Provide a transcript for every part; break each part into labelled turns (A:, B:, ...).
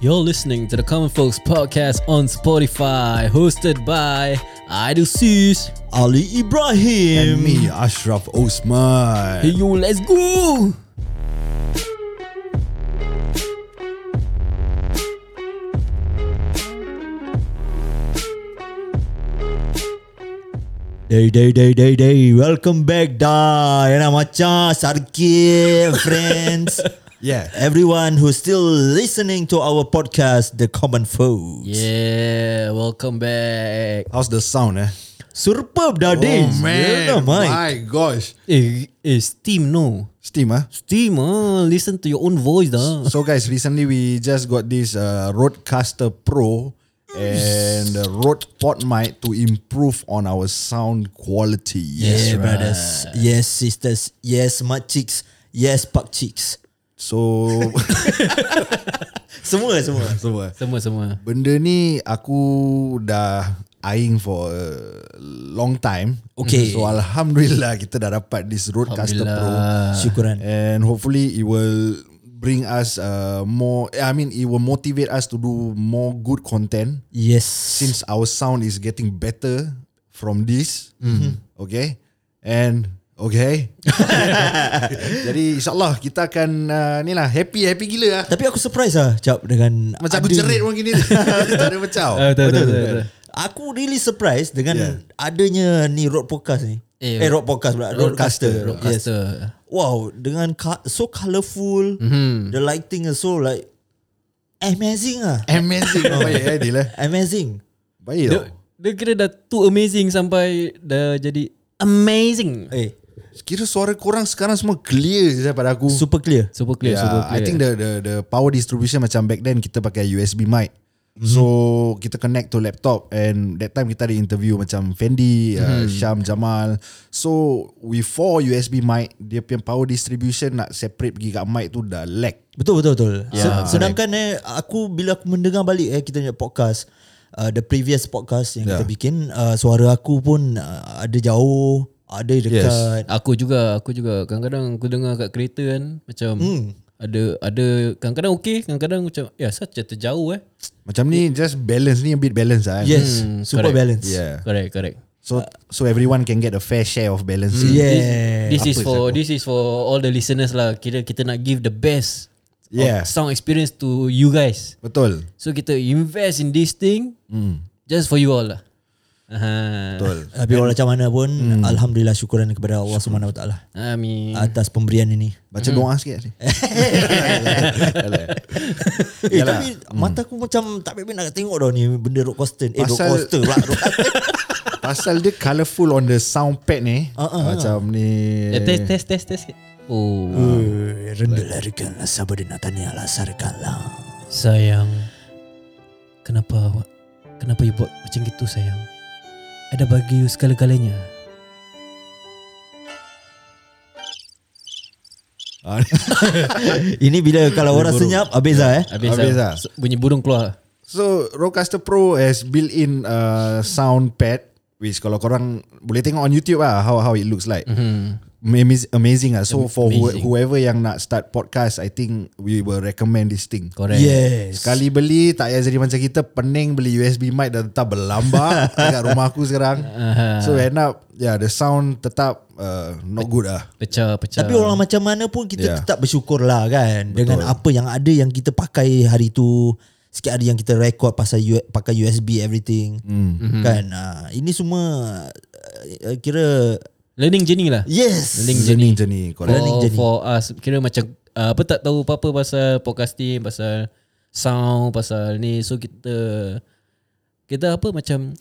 A: You're listening to the Common Folks podcast on Spotify, hosted by Idol Sis.
B: Ali Ibrahim
C: And me, Ashraf Osman.
A: Hey, yo, let's go!
B: Day day day day day Welcome back dah Yana Macha Sarkir Friends
C: Yeah.
B: Everyone who's still listening to our podcast The Common Folks
A: Yeah, welcome back.
C: How's the sound, eh? Oh,
B: Superb dah Din yeah, my.
C: My gosh.
A: Eh, eh, Steam no.
C: Steam, huh?
A: Steam ah, listen to your own voice dah.
C: So guys, recently we just got this uh, Rodecaster Pro and
B: uh,
C: the Rode PodMic to improve on our sound quality.
B: Yeah brothers Yes sisters Yes mat chicks Yes pak chicks
C: So,
B: Semua semua
C: so uh,
A: Semua semua.
C: benda ni aku dah eyeing for a long time.
B: Okay.
C: So alhamdulillah kita dah dapat this Rodecaster Pro.
B: Syukuran
C: and hopefully it will bring us uh, more i mean it will motivate us to do more good content
B: Yes
C: since our sound is getting better from this okay and okay jadi insyaallah kita akan uh, ni lah happy happy gila lah
B: Tapi aku surprise lah Cap dengan
C: macam aku
B: ada-
C: cerit orang gini tak ada pecah
A: Eh, tak, tak, tak, tak.
B: Aku really surprised dengan
C: Yeah.
B: yeah. adanya ni road podcast ni.
A: Eh,
B: Eh, eh road podcast pula, roadcaster. Yes.
A: Roadcaster.
B: Wow, dengan ka- so colourful. Mm-hmm. The lighting is so like amazing ah.
C: amazing baik eh Adil eh
B: Amazing.
C: baik tau
A: Dia kira dah too amazing sampai dah jadi amazing.
B: Eh,
C: kira suara korang sekarang semua clear je pada aku
B: super clear.
A: Super clear,
C: yeah,
A: super
C: I
A: clear.
C: think the the the power distribution macam back then kita pakai USB mic. So kita connect to laptop and that time kita ada interview macam Fendi, uh, Syam, Jamal. So we four USB mic, dia punya power distribution nak separate pergi kat mic tu dah lag.
B: Betul betul betul.
C: Yeah.
B: Yeah. Sedangkan eh aku bila aku mendengar balik eh kita punya podcast uh, the previous podcast yang
C: Yeah.
B: yeah. kita bikin uh, suara aku pun uh, ada jauh, ada dekat.
A: Aku juga, aku juga. Kadang-kadang aku dengar kat kereta kan macam hmm. ada ada kadang-kadang okey, kadang-kadang macam ya saja terjauh eh.
C: Macam ni just balance ni a bit balance lah. kan?
B: Yes, yes
A: Hmm,
B: super
A: correct.
B: balance.
C: Yeah.
A: Correct, correct.
C: So so everyone can get a fair share of balance.
B: Yeah.
A: This is for this is for all the listeners lah. Kira kita nak give the best of
C: Yeah.
A: sound experience to you guys.
C: Betul.
A: So kita invest in this thing mm. just for you all lah. Aha.
C: Hmm. Betul.
B: Tapi walau macam mana pun hmm. Alhamdulillah syukuran kepada Allah Subhanahu Wa Taala
A: Amin.
C: Ah,
B: Atas pemberian ini
C: Baca doa sikit.
B: Eh tapi
C: Hmm.
B: mata aku macam Tak payah nak tengok dah ni Benda road coaster Eh road
C: Pasal-
B: coaster pula road coaster.
C: Pasal dia colourful on the sound pad ni. Uh-uh. Macam ni.
A: Eh, test test test test. sikit. Oh,
B: Eh, Rendah larikanlah sabar dan natanya lah sarkanlah
A: sayang. Kenapa awak? Kenapa you buat macam gitu sayang? Ada bagi you segala-galanya.
C: Ah,
B: Ini bila kalau orang senyap Habis lah eh
A: Habis,
C: Habis
A: lah.
C: lah.
A: Bunyi burung keluar.
C: So Rodecaster Pro has built-in uh, sound pad which kalau korang boleh tengok on YouTube lah how how it looks like. Mm-hmm. Amazing lah. So for who,
A: Amazing.
C: whoever yang nak start podcast, I think we will recommend this thing.
A: Correct.
B: Yes
C: Sekali beli tak payah jadi macam kita pening beli USB mic dan tetap berlambak dekat rumah aku sekarang. So end up yeah the sound tetap uh, not good lah.
A: Pecah, pecah.
B: Tapi orang macam mana pun Kita
C: Yeah.
B: tetap bersyukur lah kan Dengan apa yang ada Yang kita pakai hari tu Sikit ada yang kita record Pasal U- pakai USB everything
C: Hmm.
B: Kan ah, Ini semua ah, Kira
A: Learning journey lah.
B: Yes
A: Learning
C: Journey journey
A: For,
C: correct.
B: journey.
A: for us. Kira macam uh, apa tak tahu apa-apa pasal podcasting, pasal sound, pasal ni. So kita, kita apa macam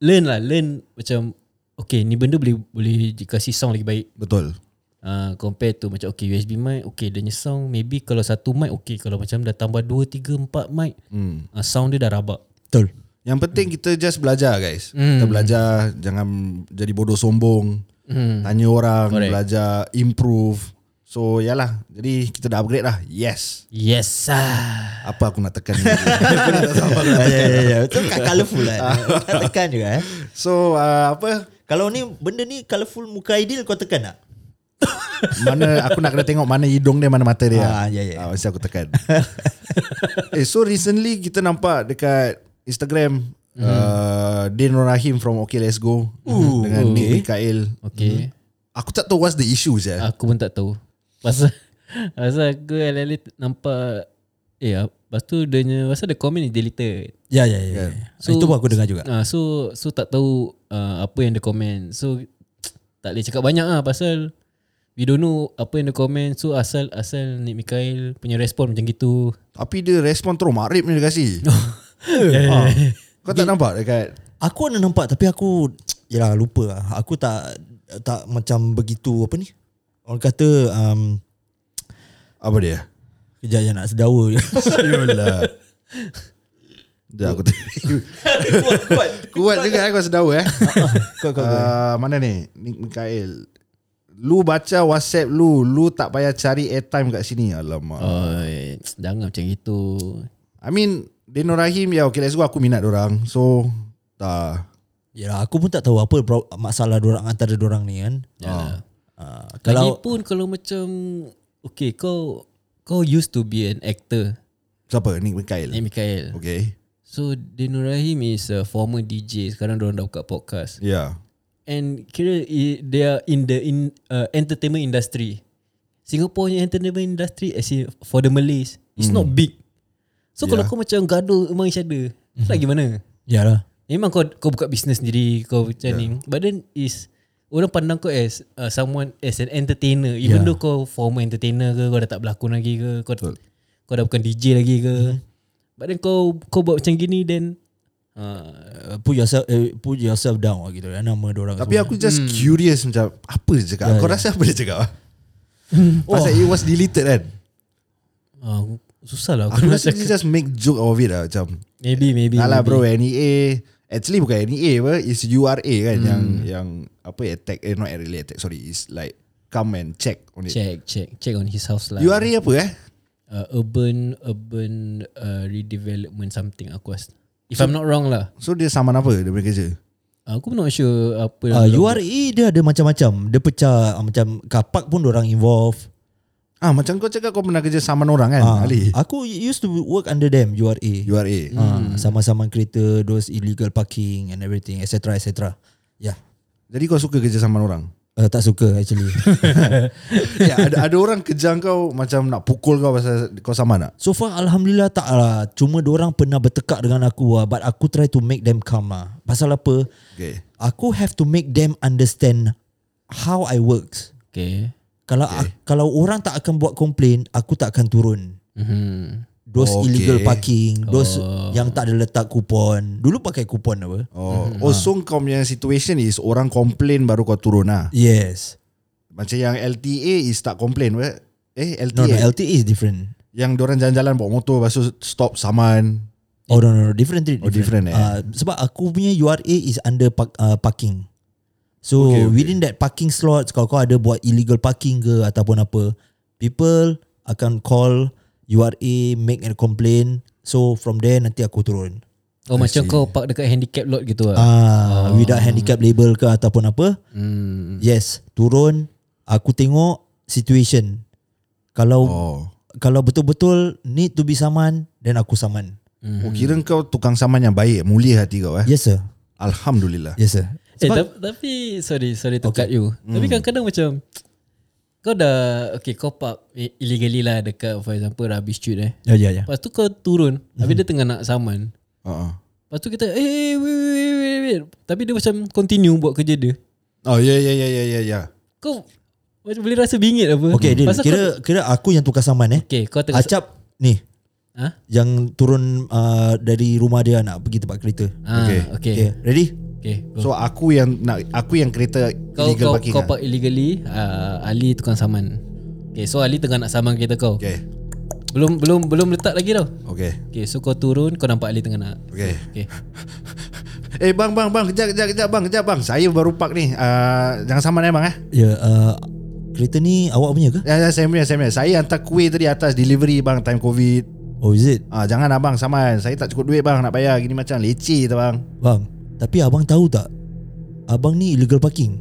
A: learn lah. Learn macam okay ni benda boleh boleh dikasih sound lagi baik.
C: Betul.
A: Uh, compare to macam okay USB mic okay dia punya sound maybe kalau satu mic okay kalau macam dah tambah dua tiga empat mic
C: Hmm.
A: uh, sound dia dah rabak
B: Betul
C: Yang penting kita just belajar guys. Mm. Kita belajar jangan jadi bodoh sombong. Mm. Tanya orang, Correct. belajar, improve. So yalah, jadi kita dah upgrade lah. Yes.
A: yes sir
C: Apa aku nak tekan? ni? Aku dah tak tahu apa aku
B: Ya
C: nak
B: ya
C: tekan.
B: ya, ya Itu kan colourful lah Kau tekan juga eh
C: so uh, apa?
B: Kalau ni Benda ni colourful Muka ideal kau tekan tak
C: mana aku nak kena tengok mana hidung dia mana mata dia.
B: Ah, ya, ya.
C: Ah, mesti aku tekan. eh so recently kita nampak dekat Instagram mm. uh, Din Rahim from Okay Let's Go Ooh, dengan Nick Mikael.
A: Okay
C: Aku tak tahu what's the issue je.
A: Aku pun tak tahu Pasal Pasal aku alih-alih nampak Eh ah, Lepas tu dia punya Pasal the comment is deleted
B: Ya ya ya. So,
A: So-
B: Itu pun aku dengar juga.
A: ah, So so tak tahu uh, Apa yang dia comment So Tak boleh cakap banyak lah Pasal We don't know Apa yang dia comment So asal Asal Nick Mikael Punya respon macam gitu
C: Tapi dia respon terus Makrib ni dia kasi. Ah. Kau tak nampak dekat
B: Aku ada nampak tapi aku yalah lupa lah. Aku tak tak macam begitu apa ni? Orang kata um,
C: apa dia?
B: kejap je nak sedawa je.
C: Yolah. Dah aku tengok. Kuat juga eh kau sedawa eh.
B: kau, kau, kau.
C: Uh, mana ni? Nick Mikael. Lu baca WhatsApp lu, lu tak payah cari airtime kat sini. Alamak. Uh.
A: Oi, Jangan macam gitu
C: I mean, Dino Rahim ya okay let's go aku minat orang. So tak
B: Yalah aku pun tak tahu apa pro- masalah orang antara orang ni kan.
A: Yalah.
B: Uh,
A: Kalau
B: kalau
A: pun kalau macam Okay kau Kau used to be an actor
C: siapa Nick Mikael.
A: Nick Mikael
C: Okay.
A: So Dinur Rahim is a former DJ Sekarang diorang dah buka podcast
C: Yeah.
A: And kira i- they are in the in uh, entertainment industry. Singapore punya entertainment industry as in for the Malays, it's not big. So yeah. kalau
C: Hmm. Yeah. Hmm.
A: kau macam gaduh among each other, mm-hmm. lagi mana?
B: yalah.
A: Memang kau kau buka bisnes sendiri, kau macam yeah. ni. But then is orang pandang kau as uh, someone as an entertainer. Even
B: Yeah.
A: yeah. though kau former entertainer ke, kau dah tak berlakon lagi ke, kau kau dah bukan DJ lagi ke. Mm-hmm. But then kau kau buat macam gini then uh,
B: Uh, put yourself uh, put yourself down lah gitu kan nama orang
C: Tapi aku just hmm. Ya, curious macam apa dia cakap. Yeah, kau yeah. rasa apa dia cakap? Pasal it was deleted kan.
A: uh, susah lah
C: Aku
A: aku nak
C: rasa
A: cakap.
C: dia just make joke of it lah macam.
A: Maybe maybe.
C: Alah
A: maybe.
C: bro eh. NEA Actually bukan NEA apa It's URA kan hmm. Yang yang Apa attack eh, Not really attack Sorry It's like Come and check on it
A: Check,
C: check.
A: check, check on his house lah.
C: URA apa eh
A: uh, urban, urban uh, redevelopment something aku was. If I'm not wrong lah.
C: So dia saman apa Dia punya kerja
A: Aku pun not sure apa.
C: Ah,
A: lah.
B: uh,
A: dia buat.
B: URA dia ada macam-macam. Dia pecah uh, macam kapak pun orang involve.
C: Ah macam kau cakap Kau pernah kerja saman orang kan
B: Ah,
C: Ali
B: Aku used to work under them URA.
C: URA
B: Ah, sama-sama kereta those illegal parking and everything etc etc. Ya. Yeah.
C: Jadi kau suka kerja saman orang
B: Uh, tak suka actually.
C: ya, ada, ada orang kejar kau Macam nak pukul kau Pasal kau saman tak
B: so far alhamdulillah tak lah. Cuma orang pernah bertekak dengan aku lah. but aku try to make them calm lah. Pasal apa?
C: Okay
B: Aku have to make them understand how I works.
A: Okay.
B: Kalau okay. kalau orang tak akan buat komplain, aku tak akan turun.
A: Mm-hmm.
B: Those
C: Okay.
B: okay. illegal parking, those yang tak ada letak kupon. Dulu pakai kupon apa?
C: Oh, oh so kau punya situation is Orang complain baru kau turun lah
B: Yes.
C: Macam yang LTA is tak complain what? Eh LTA
B: No, no, LTA is different.
C: Yang diorang jalan-jalan bawa motor Lepas tu stop saman
B: Oh no no, no. different trip.
C: Oh, different, eh.
B: Uh, sebab aku punya URA is under park, uh, parking. So okay,
C: Okay, okay.
B: okay. within that parking slots kalau kau ada buat illegal parking ke ataupun apa, people akan call URA make a complaint. So from there nanti aku turun.
A: Oh macam kau park dekat handicap lot gitu lah.
B: Ah, oh. without handicap label ke ataupun apa,
A: Hmm.
B: yes, turun aku tengok situation. Kalau oh.
C: Oh
B: kalau betul-betul need to be saman, then aku saman.
C: Oh
A: Hmm.
C: kira kau tukang saman yang baik Mulia
A: Ya.
C: hati kau eh
B: Yes sir.
C: Alhamdulillah
B: Yes sir.
A: Eh, tapi, tapi sorry, sorry to okay. cut you. Mm. Tapi kadang-kadang macam kau dah okay kau park i- illegally lah dekat for example rubbish chute eh.
B: Ya ya ya.
A: Lepas tu kau turun, habis dia tengah nak saman.
C: uh-uh.
A: Lepas tu kita eh hey, wait, wait, wait, wait. Tapi dia macam continue buat kerja dia.
C: Oh ya ya ya ya ya ya
A: Kau macam boleh rasa bingit apa?
B: Okay, Dil,
A: Pasal
B: kira
A: kau,
B: kira Hmm. aku yang tukar saman eh.
A: okay, kau tengah
B: Acap ni
A: Ha?
B: yang turun uh, dari rumah dia nak pergi tempat kereta.
A: Ah,
C: Okay.
A: okay. Okay.
B: Okay, ready?
A: okay. go.
C: So aku yang nak Aku yang kereta
A: Oh. Kau
C: Illegal
A: kau
C: parking
A: kau
C: ah?
A: park illegally, uh, Ali tukang saman. Okay, so Ali tengah nak saman kereta kau.
C: Okay
A: Belum belum belum letak lagi tau.
C: Okay
A: Okay, so kau turun, kau nampak Ali tengah nak.
C: Okay
A: Okay.
C: Eh bang bang bang Kejap kejap kejap bang Kejap bang Saya baru park ni uh, Jangan saman eh bang eh
B: Ya, yeah, uh, kereta ni awak punya ke?
C: Ya, ya, saya punya, saya punya. Saya hantar kuih tadi atas delivery bang time covid.
B: Oh, is it?
C: Ah, jangan abang saman. Saya tak cukup duit bang nak bayar gini macam leceh tu bang.
B: Bang, tapi abang tahu tak? Abang ni illegal parking.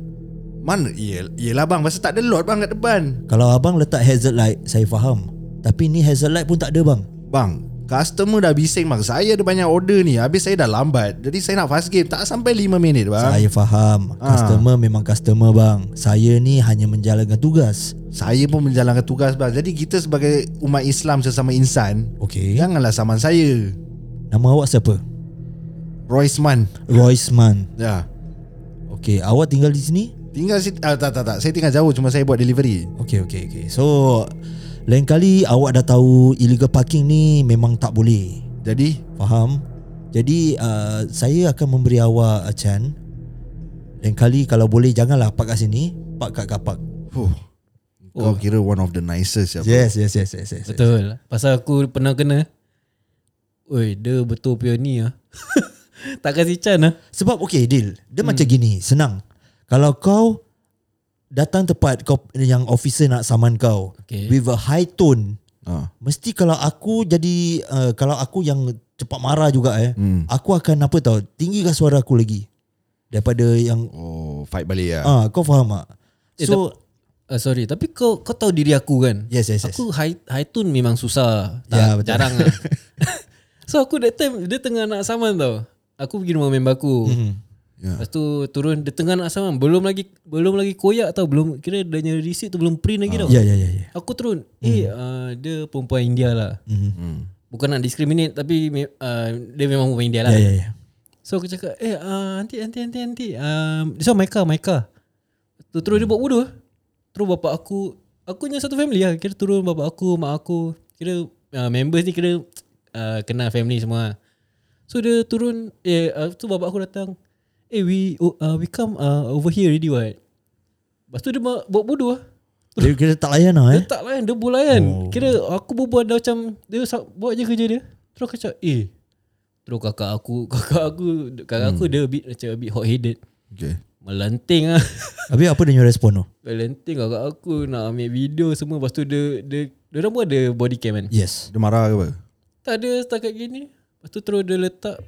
C: Mana Yel, Yelah bang Pasal tak ada lot bang kat depan
B: Kalau abang letak hazard light Saya faham Tapi ni hazard light pun tak ada bang
C: Bang Customer dah bising bang Saya ada banyak order ni Habis saya dah lambat Jadi saya nak fast game Tak sampai 5 minit bang
B: Saya faham Customer memang customer bang Saya ni hanya menjalankan tugas
C: Saya pun menjalankan tugas bang Jadi kita sebagai Umat Islam sesama insan
B: Okey
C: Janganlah saman saya
B: Nama awak siapa?
C: Roisman
B: Roisman
C: Ya
B: Okey awak tinggal di sini?
C: Tinggal si, ah, tak, tak, tak Saya tinggal jauh Cuma saya buat delivery
B: Okey okey okey So Lain kali awak dah tahu Illegal parking ni memang tak boleh
C: Jadi
B: Faham? Jadi uh, saya akan memberi awak a chance Lain kali kalau boleh janganlah park kat sini Park kat kapak
C: huh, Kau kira one of the nicest ya,
B: Yes yes yes yes, yes.
A: Betul Pasal aku pernah kena Oi dia betul punya ni lah Tak kasi can lah
B: Sebab okay Dil Dia hmm. macam gini Senang Kalau kau Datang tepat kau Yang officer nak saman kau
A: Okay.
B: With a high tone
C: Ah.
B: Mesti kalau aku jadi uh, Kalau aku yang Cepat marah juga eh hmm. Aku akan apa tau Tinggikan suara aku lagi Daripada yang
C: Oh fight balik ya.
B: ah Kau faham tak
A: Eh,
B: So
A: uh, Sorry Tapi kau kau tahu diri aku kan
B: Yes yes yes
A: Aku high, high tone memang susah tak,
B: Ya,
A: yeah,
B: betul.
A: Jarang lah So aku that time Dia tengah nak saman tau Aku pergi rumah member aku
B: Hmm.
A: mm-hmm.
C: Ya.
A: Lepas tu turun Dia tengah nak saman Belum lagi Belum lagi koyak tau Belum Kira dia punya receipt tu Belum print lagi tau
B: Ya Hmm. ya ya ya.
A: Aku turun Eh uh, dia perempuan India lah
C: Hmm.
A: Bukan nak discriminate Tapi me- uh, Dia memang perempuan India lah
B: Ya ya ya
A: So aku cakap Eh uh, aunty aunty aunty aunty um, This one my car my car tu, Terus dia buat bodoh Terus bapak aku Aku punya satu family lah Kira turun bapak aku Mak aku Kira uh, members ni kira uh, Kenal family semua lah. So dia turun Eh uh, tu bapak aku datang Eh we oh, uh, we come uh, over here already what Lepas tu dia buat buat bodoh lah
B: Dia kira tak layan lah
A: dia
B: eh
A: tak layan Dia boleh layan oh. Kira aku berbual dah macam Dia sa- buat je kerja dia Terus aku cakap Eh Terus kakak aku Kakak aku Kakak hmm. aku dia a bit Macam a bit hot headed
C: Okay.
A: Melanting lah
B: Habis apa dia punya respon tu
A: Melanting kakak aku Nak ambil video semua Lepas tu dia Dia dia orang pun ada body cam kan
B: Yes
C: Dia marah ke apa?
A: Tak ada setakat gini Lepas tu terus dia letak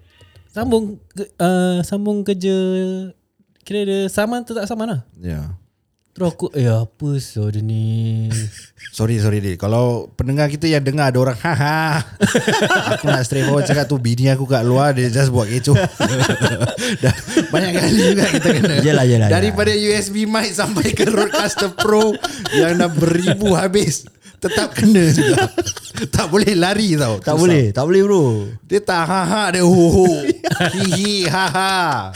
A: Sambung ke, uh, Sambung kerja Kira dia Saman tetap saman lah
C: Ya. Yeah.
A: Terus aku Eh apa so dia ni
C: Sorry sorry Dil Kalau pendengar kita yang dengar Ada orang Haha Aku nak straight forward cakap tu Bini aku kat luar Dia just buat kecoh Dah Banyak kali juga kita kena
B: Yelah, yelah,
C: Daripada USB mic Sampai ke Rodecaster Pro Yang dah beribu habis Tetap kena juga Tak boleh lari tau
B: Tak
C: Susah.
B: boleh Tak boleh bro
C: Dia tak haha Dia huhu Hihi haha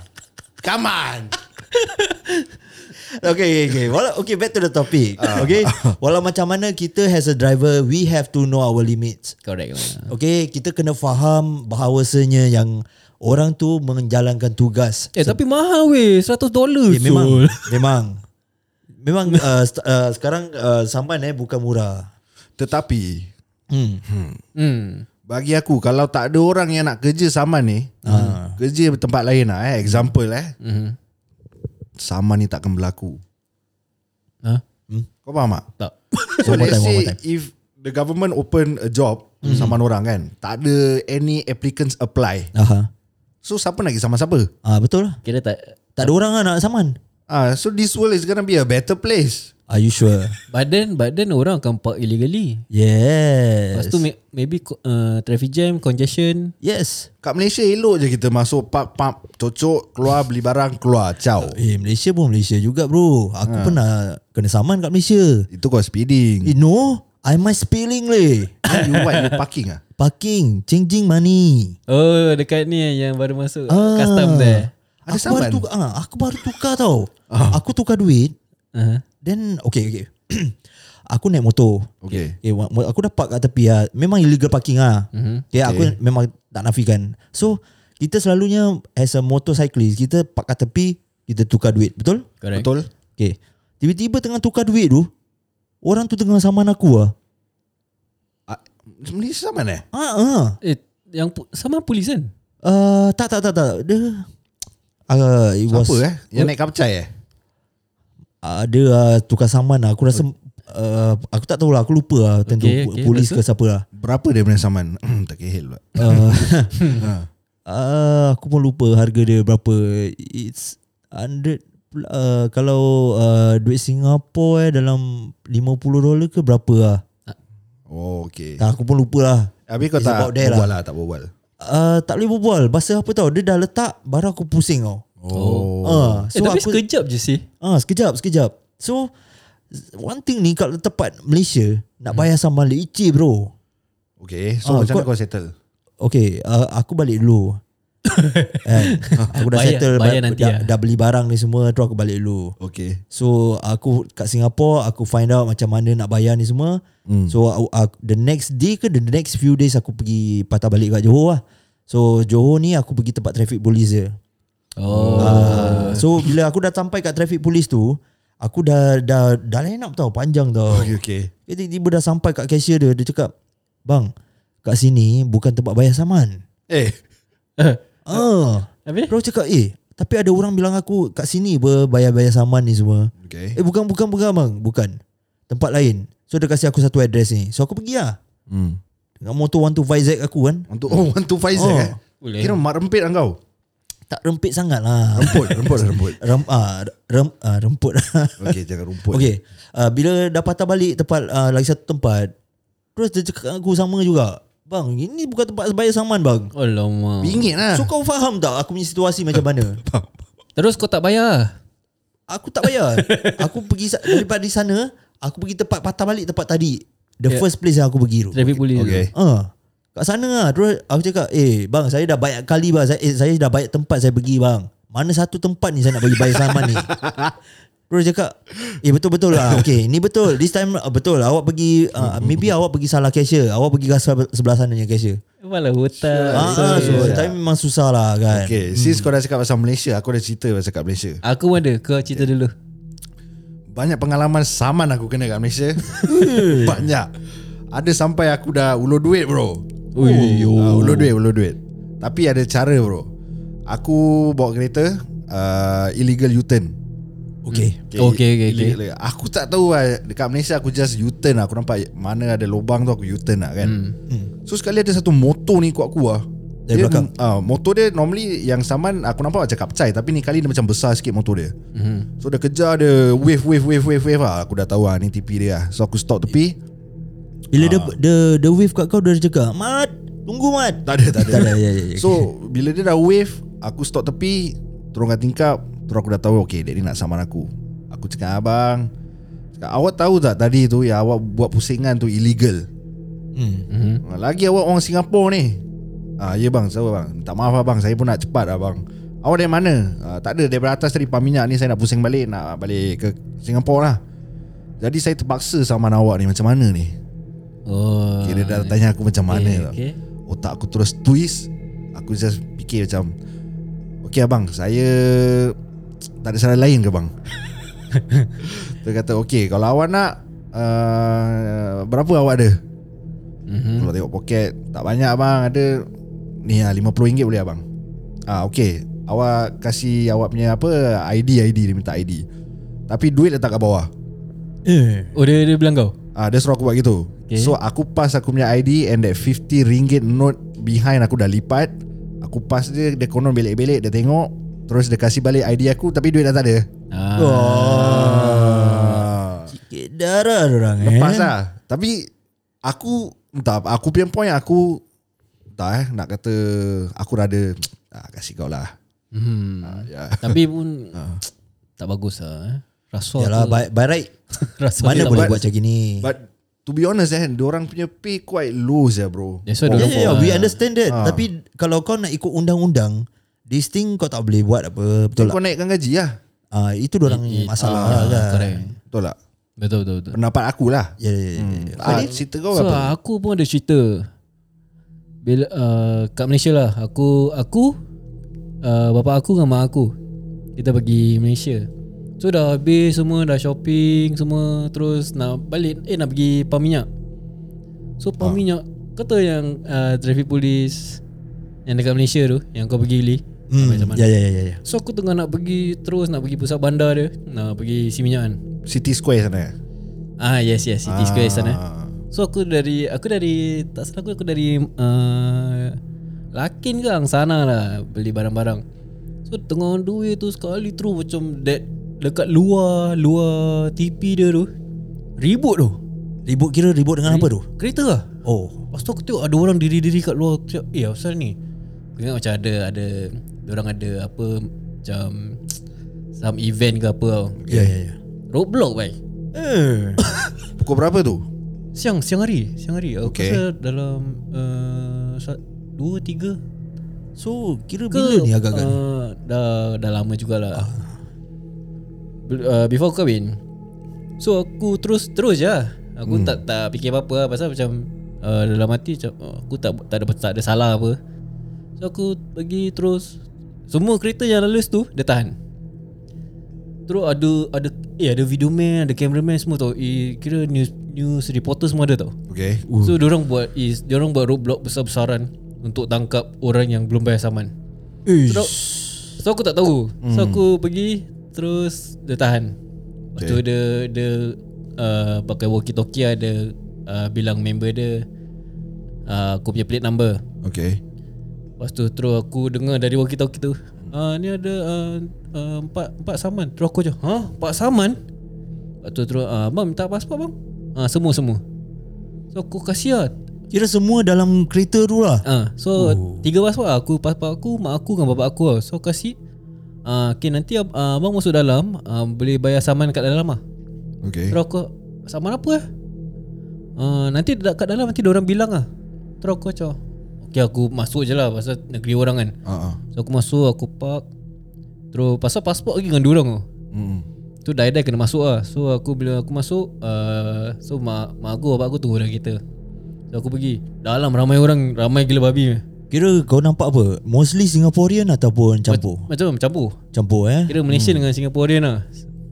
C: Come on
B: Okay okay okay Walau, Okay back to the topic Okay Walau macam mana kita as a driver We have to know our limits
A: Correct lah
B: Okay kita kena faham Bahawasanya yang Orang tu menjalankan tugas
A: Eh tapi mahal weh 100 dolar
B: Ya, Memang Memang Memang uh, st- uh, Sekarang uh, Sampan eh bukan murah
C: Tetapi
B: Hmm
A: Hmm
C: Bagi aku Kalau tak ada orang yang nak kerja saman ni
B: Ah.
C: ha. Kerja tempat lain lah eh Example eh
A: Mhm.
C: Saman ni takkan berlaku Hmm?
A: Ha?
C: Kau faham tak?
A: Tak.
C: So
B: One more
C: let's
B: time, Mhm. one
C: say
B: more time.
C: If the government open a job mm. Saman orang kan Tak ada any applicants apply
B: Aha.
C: So siapa nak pergi saman siapa?
B: Ah betul lah
A: Kira tak
B: Tak ada orang lah nak saman
C: Ah, so this world is gonna be a better place
B: Are you sure
A: But then But then orang akan park illegally
B: Yes
A: Lepas tu may- maybe co- uh, Traffic jam Congestion
B: Yes
C: Kat Malaysia elok je kita masuk Pap, pap, cocok Keluar beli barang Keluar, ciao
B: Eh Malaysia pun Malaysia juga bro Aku ha. pernah Kena saman kat Malaysia
C: Itu kau speeding
B: You know I my spilling leh
C: Ah, You what? You parking ah?
B: Parking Changing money
A: Oh dekat ni Yang baru masuk
B: Ah.
A: ah. Custom there
C: Ada
B: aku baru
C: saman?
B: tukar, ah, Aku baru tukar tau Aku tukar duit
A: uh-huh.
B: Then Okay okay Aku naik motor
C: Okay
B: okay, wa- wa- Aku dah park kat tepi lah Memang illegal parking lah mm-hmm. okay, Aku memang tak nafikan So Kita selalunya As a motorcyclist Kita park kat tepi Kita tukar duit Betul?
A: Correct
C: Betul?
B: Okay. Tiba-tiba tengah tukar duit tu, orang tu tengah saman aku lah.
C: Ah, Malaysia saman eh?
B: Ah, ah.
A: Eh yang pu- Sama polis kan
B: Uh, tak, tak, tak, tak. Dia... Uh, it was,
C: Apa eh? Yang naik kapcai eh?
B: Uh, dia uh, tukar saman lah. Aku rasa... Uh, aku tak tahulah. Aku lupa lah. Tentu
A: Okay,
B: okay,
A: okay,
B: okay, polis ke
A: lepas
B: siapa lah.
C: Berapa dia punya saman? tak kehel pula.
B: Uh,
A: Hmm.
B: Ah, uh, aku pun lupa harga dia berapa. It's 100 uh, kalau uh, duit Singapore eh dalam 50 dolar ke berapa lah.
C: Oh okay
B: Tak aku pun lupa lah.
C: Habis kau
B: It's
C: tak
B: about there
C: berbual lah Tak berbual
B: Uh, tak boleh berbual Pasal apa tau Dia dah letak Baru aku pusing tau
C: Oh,
B: Ah,
A: So eh, tapi aku, sekejap je sih.
B: Ah, sekejap, sekejap. So one thing ni kalau tempat Malaysia nak
A: Hmm.
B: bayar sambal leceh bro.
C: Okay So
B: Ah,
C: macam mana
B: kau-
C: kau settle
B: Okay, uh, aku balik dulu. eh, aku dah
A: Bayar-
B: settle
A: bayar
B: ba-
A: nanti lah.
B: dah, dah beli barang ni semua tu aku balik dulu.
C: Okay
B: So aku kat Singapore aku find out macam mana nak bayar ni semua.
A: Hmm.
B: So aku, aku, the next day ke the next few days aku pergi patah balik kat Johor lah. So Johor ni aku pergi tempat traffic police je.
A: Oh.
B: Ah, so bila aku dah sampai kat traffic polis tu, aku dah dah dah line up tau, panjang tau.
A: Oh.
C: Okay okay
B: Dia tiba-tiba dah sampai kat cashier dia, dia cakap, "Bang, kat sini bukan tempat bayar saman."
C: Eh
B: Ah.
A: Habis?
B: Bro cakap, "Eh, tapi ada orang bilang aku kat sini berbayar-bayar saman ni semua."
C: Okay
B: Eh, bukan bukan bukan bang, bukan. Tempat lain. So dia kasi aku satu address ni. So aku pergi lah.
C: hmm.
B: Dengan motor 125Z aku kan.
C: Untuk Oh one two five Z
B: Oh.
C: eh
A: Boleh.
C: Kira mak rempit lah kau
B: Tak rempit sangat lah.
C: Remput Remput remput
B: Rem, ah, rem, ah, remput
C: Okay jangan rumput
B: Okay uh, Bila dah patah balik tempat uh, Lagi satu tempat Terus dia cakap dengan aku sama juga Bang ini bukan tempat bayar saman bang
A: Oh lama.
C: Bingit lah
B: So kau faham tak Aku punya situasi macam mana
A: Terus kau tak bayar. lah
B: Aku tak bayar Aku pergi sa- daripada di sana Aku pergi tempat patah balik tempat tadi The
A: Yeah.
C: Ya.
B: yeah. first place yang aku pergi tu
A: Traffic polis.
C: Okay
B: Ah, Kat sana lah Terus aku cakap Eh bang saya dah banyak kali bang Saya, eh, saya dah banyak tempat saya pergi bang Mana satu tempat ni saya nak bagi bayar saman ni Terus dia cakap Eh betul-betul lah Okay ni betul This time uh, betul Awak pergi uh, Maybe awak pergi salah cashier Awak pergi kat sebelah- sebelah sana punya cashier
A: Malah hutang.
B: Ah,
A: So,
B: ah, so, Tapi memang susah lah kan okay.
C: Okay Since kau dah cakap pasal Malaysia Aku dah cerita pasal kat Malaysia
A: Aku ada Kau cerita dulu
C: Banyak pengalaman saman aku kena kat Malaysia Banyak Ada sampai aku dah ulur duit bro Ui, uh, Ulur duit ulur duit Tapi ada cara bro Aku bawa kereta uh, Illegal U-turn
B: okay.
C: Hmm.
A: Okay, okay,
C: illegal- Aku tak tahu lah Dekat Malaysia aku just U-turn lah Aku nampak mana ada lubang tu aku U-turn lah kan So sekali ada satu motor ni ikut aku lah
B: Hmm. Dari belakang?
C: ah, Motor dia normally yang saman Aku nampak macam kapcai Tapi ni kali dia macam besar sikit motor dia So dia kejar dia Wave wave wave wave wave lah Aku dah tahu lah ni TP dia lah So aku stop tepi
B: Bila dia, dia, dia wave kat kau Dia cakap Mat Tunggu Mat
C: Ah. Tak ada tak ada,
B: Tak ada, ya, ya, ya.
C: So bila dia dah wave Aku stop tepi Turunkan tingkap Terus aku dah tahu Okay dia ni nak saman aku Aku cakap abang cakap, Awak tahu tak tadi tu Yang awak buat pusingan tu illegal
B: hmm.
A: Mm-hmm.
C: Ah, Lagi awak orang Singapura ni Ah, ya bang, saya bang. Tak maaf abang, saya pun nak cepat abang. Awak dari mana? Ah, tak ada, daripada atas dari Paminyak ni saya nak pusing balik, nak balik ke Singapura lah. Jadi saya terpaksa saman awak ni macam mana ni?
A: Oh
C: Kira dah tanya aku macam mana
A: Okay,
C: tau.
A: okay.
C: Otak aku terus twist Aku just fikir macam Okay abang Saya Tak ada cara lain ke bang Dia kata okay Kalau awak nak uh, Berapa awak ada mm-hmm. Kalau tengok poket Tak banyak abang Ada Ni lah RM50 boleh abang Ah okay Awak kasih awak punya apa ID ID Dia minta ID Tapi duit letak kat bawah
B: eh.
A: Oh dia, dia bilang kau
C: Ah, dia suruh aku buat gitu okay.
A: Okay.
C: So aku pass aku punya ID And that 50 ringgit note Behind aku dah lipat Aku pass dia Dia konon belik-belik Dia tengok Terus dia kasih balik ID aku Tapi duit dah tak ada
A: ah.
C: ah.
B: Sikit darah orang eh
C: Lepas lah Tapi Aku Entah Aku punya point aku Entah eh Nak kata Aku rada ah, Kasih kau lah
A: hmm.
C: ah, ya.
A: Tapi pun Tak bagus lah eh. Rasuah
B: Ha. Yalah
A: tu
B: Ya by, by right
A: Rasuah
B: Mana
A: tu
B: boleh
A: tak
B: buat macam gini
C: But To be honest eh Diorang punya pay quite low ya bro
A: That's why
B: Ya,
A: dia
B: ya, ya, we understand that. Tapi kalau kau nak ikut undang-undang, this thing kau tak boleh buat apa. Betul tak?
C: Betul Kau naikkan gaji lah
B: Ah, itu orang masalah lah kan.
A: ah, Correct
C: Betul tak
A: Betul betul, betul.
C: Pendapat akulah
B: Ya, ya, ya.
C: Ah, cerita kau
A: So
C: apa?
A: aku pun ada cerita Bila uh, Kat Malaysia lah Aku Aku uh, Bapak aku dengan mak aku Kita pergi Malaysia So dah habis semua Dah shopping Semua Terus nak balik Eh nak pergi Pam minyak So
B: Ah.
A: pam minyak Kata yang uh, Traffic police Yang dekat Malaysia tu Yang kau pergi Lee
B: Hmm.
A: Sampai zaman.
B: Ya, ya, ya, ya, ya.
A: So aku tengah nak pergi Terus nak pergi pusat bandar dia Nak pergi si minyak kan
C: City Square sana
A: Ah yes yes City Square sana eh.
C: Ah.
A: So aku dari Aku dari Tak salah aku Aku dari uh, Lakin ke Angsana lah Beli barang-barang So tengah on the way tu Sekali terus macam That Dekat luar Luar TV dia tu Ribut tu
B: Ribut kira ribut dengan apa tu?
A: Kereta lah
B: Oh.
A: Lepas tu aku tengok ada orang diri-diri kat luar Aku cakap eh asal ni Aku ingat macam ada Ada orang ada apa Macam Some event ke apa tau
B: Ya ya ya.
A: Roadblock baik
B: Eh.
C: Pukul berapa tu?
A: Siang Siang hari Siang hari Aku
C: Okay.
A: rasa dalam uh, sa- Dua tiga
B: So kira bila ni agak-agak ni? Ah.
A: uh, Dah, dah lama jugalah Bel- uh, Before aku kahwin So aku terus Terus je lah.
B: Hmm.
A: Aku tak tak fikir apa-apa lah Pasal macam uh, Dalam hati macam oh, Aku tak tak ada, tak ada salah apa So aku pergi terus Semua kereta yang lalu situ Dia tahan Terus ada ada eh ada video man, ada cameraman semua tau. Eh, kira news news reporter semua ada tau.
B: Hmm. Ah. Eh.
C: Okay
A: So diorang buat is diorang buat roadblock besar-besaran untuk tangkap orang yang belum bayar saman.
B: Ish.
A: Terus So aku tak tahu. So aku pergi terus dia tahan. Lepas tu dia dia uh, pakai walkie talkie ada uh, bilang member dia uh, aku punya plate number.
C: Okay
A: Lepas tu terus aku dengar dari walkie talkie tu uh, Ni ada uh, uh, empat, empat saman Terus aku je Hah? Empat saman? Lepas tu terus uh, Abang minta pasport bang? Uh, semua semua So aku kasih lah
B: Kira semua dalam kereta tu lah.
A: uh, So tiga pasport lah Aku pasport aku Mak aku dengan bapak aku lah So aku kasih uh, Okay nanti ab- uh, abang masuk dalam uh, Boleh bayar saman kat dalam lah
C: Okay
A: Terus aku Saman apa eh uh, Nanti dah kat dalam Nanti orang bilang lah Terus aku macam Okay aku masuk je lah Pasal negeri orang kan
C: uh-uh.
A: So aku masuk Aku park Terus pasal pasport lagi dengan diorang tu
C: Mm-mm.
A: Tu die-die kena masuk lah So aku bila aku masuk uh, So mak, mak aku bapak aku tunggu dalam kereta So aku pergi Dalam ramai orang Ramai gila babi
B: Kira kau nampak apa? Mostly Singaporean ataupun campur?
A: Macam campur
B: Campur eh?
A: Kira Malaysia hmm. dengan Singaporean lah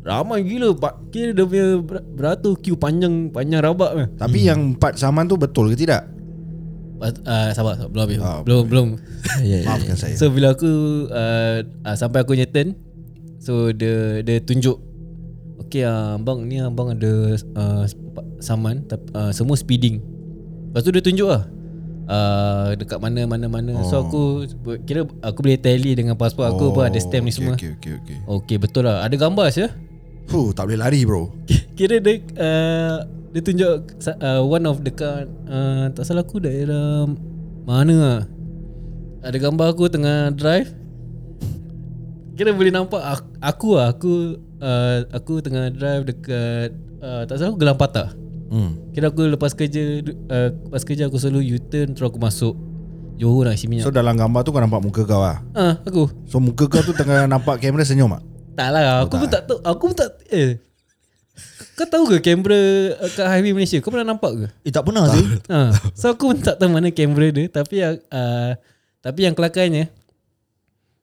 A: Ramai gila Ba- Kira dia punya ber- beratur queue panjang Panjang rabak lah
C: Tapi yang empat saman tu betul ke tidak?
A: uh, Sabar, sabar belum habis
C: Ah,
A: Belum belum
B: Ya, ya.
C: Maafkan saya
A: So bila aku uh, uh, Sampai aku punya turn So dia dia tunjuk Okay uh, abang ni abang ada uh, sp- Saman tap- uh, Semua speeding Lepas tu dia tunjuk lah uh, Dekat mana mana mana oh. So aku Kira aku boleh tally dengan pasport aku apa Ada stamp ni
C: okay,
A: semua Oh, okay.
C: Okay okay okay
A: okay betul lah Ada gambar saya
C: Huh, tak boleh lari bro
A: Kira dia uh, Dia tunjuk sa- uh, One of dekat uh, Tak salah aku daerah Mana lah Ada gambar aku tengah drive Kira boleh nampak aku, aku lah Aku uh, Aku tengah drive dekat uh, Tak salah aku gelang patah
B: Hmm.
A: Kira aku lepas kerja du- uh, Lepas kerja aku selalu U-turn Terus aku masuk Johor lah isi
C: So
A: minyak so,
C: dalam gambar tu kau nampak muka kau lah
A: Ah, Aku
C: So muka kau tu tengah nampak kamera senyum tak?
A: Tak lah Aku pun tak tahu Aku pun tak Eh Kau tahu ke kamera uh, Kat highway Malaysia Kau pernah nampak ke
B: Eh tak pernah sih.
A: ha. So aku pun tak tahu mana kamera dia Tapi uh, Tapi yang kelakarnya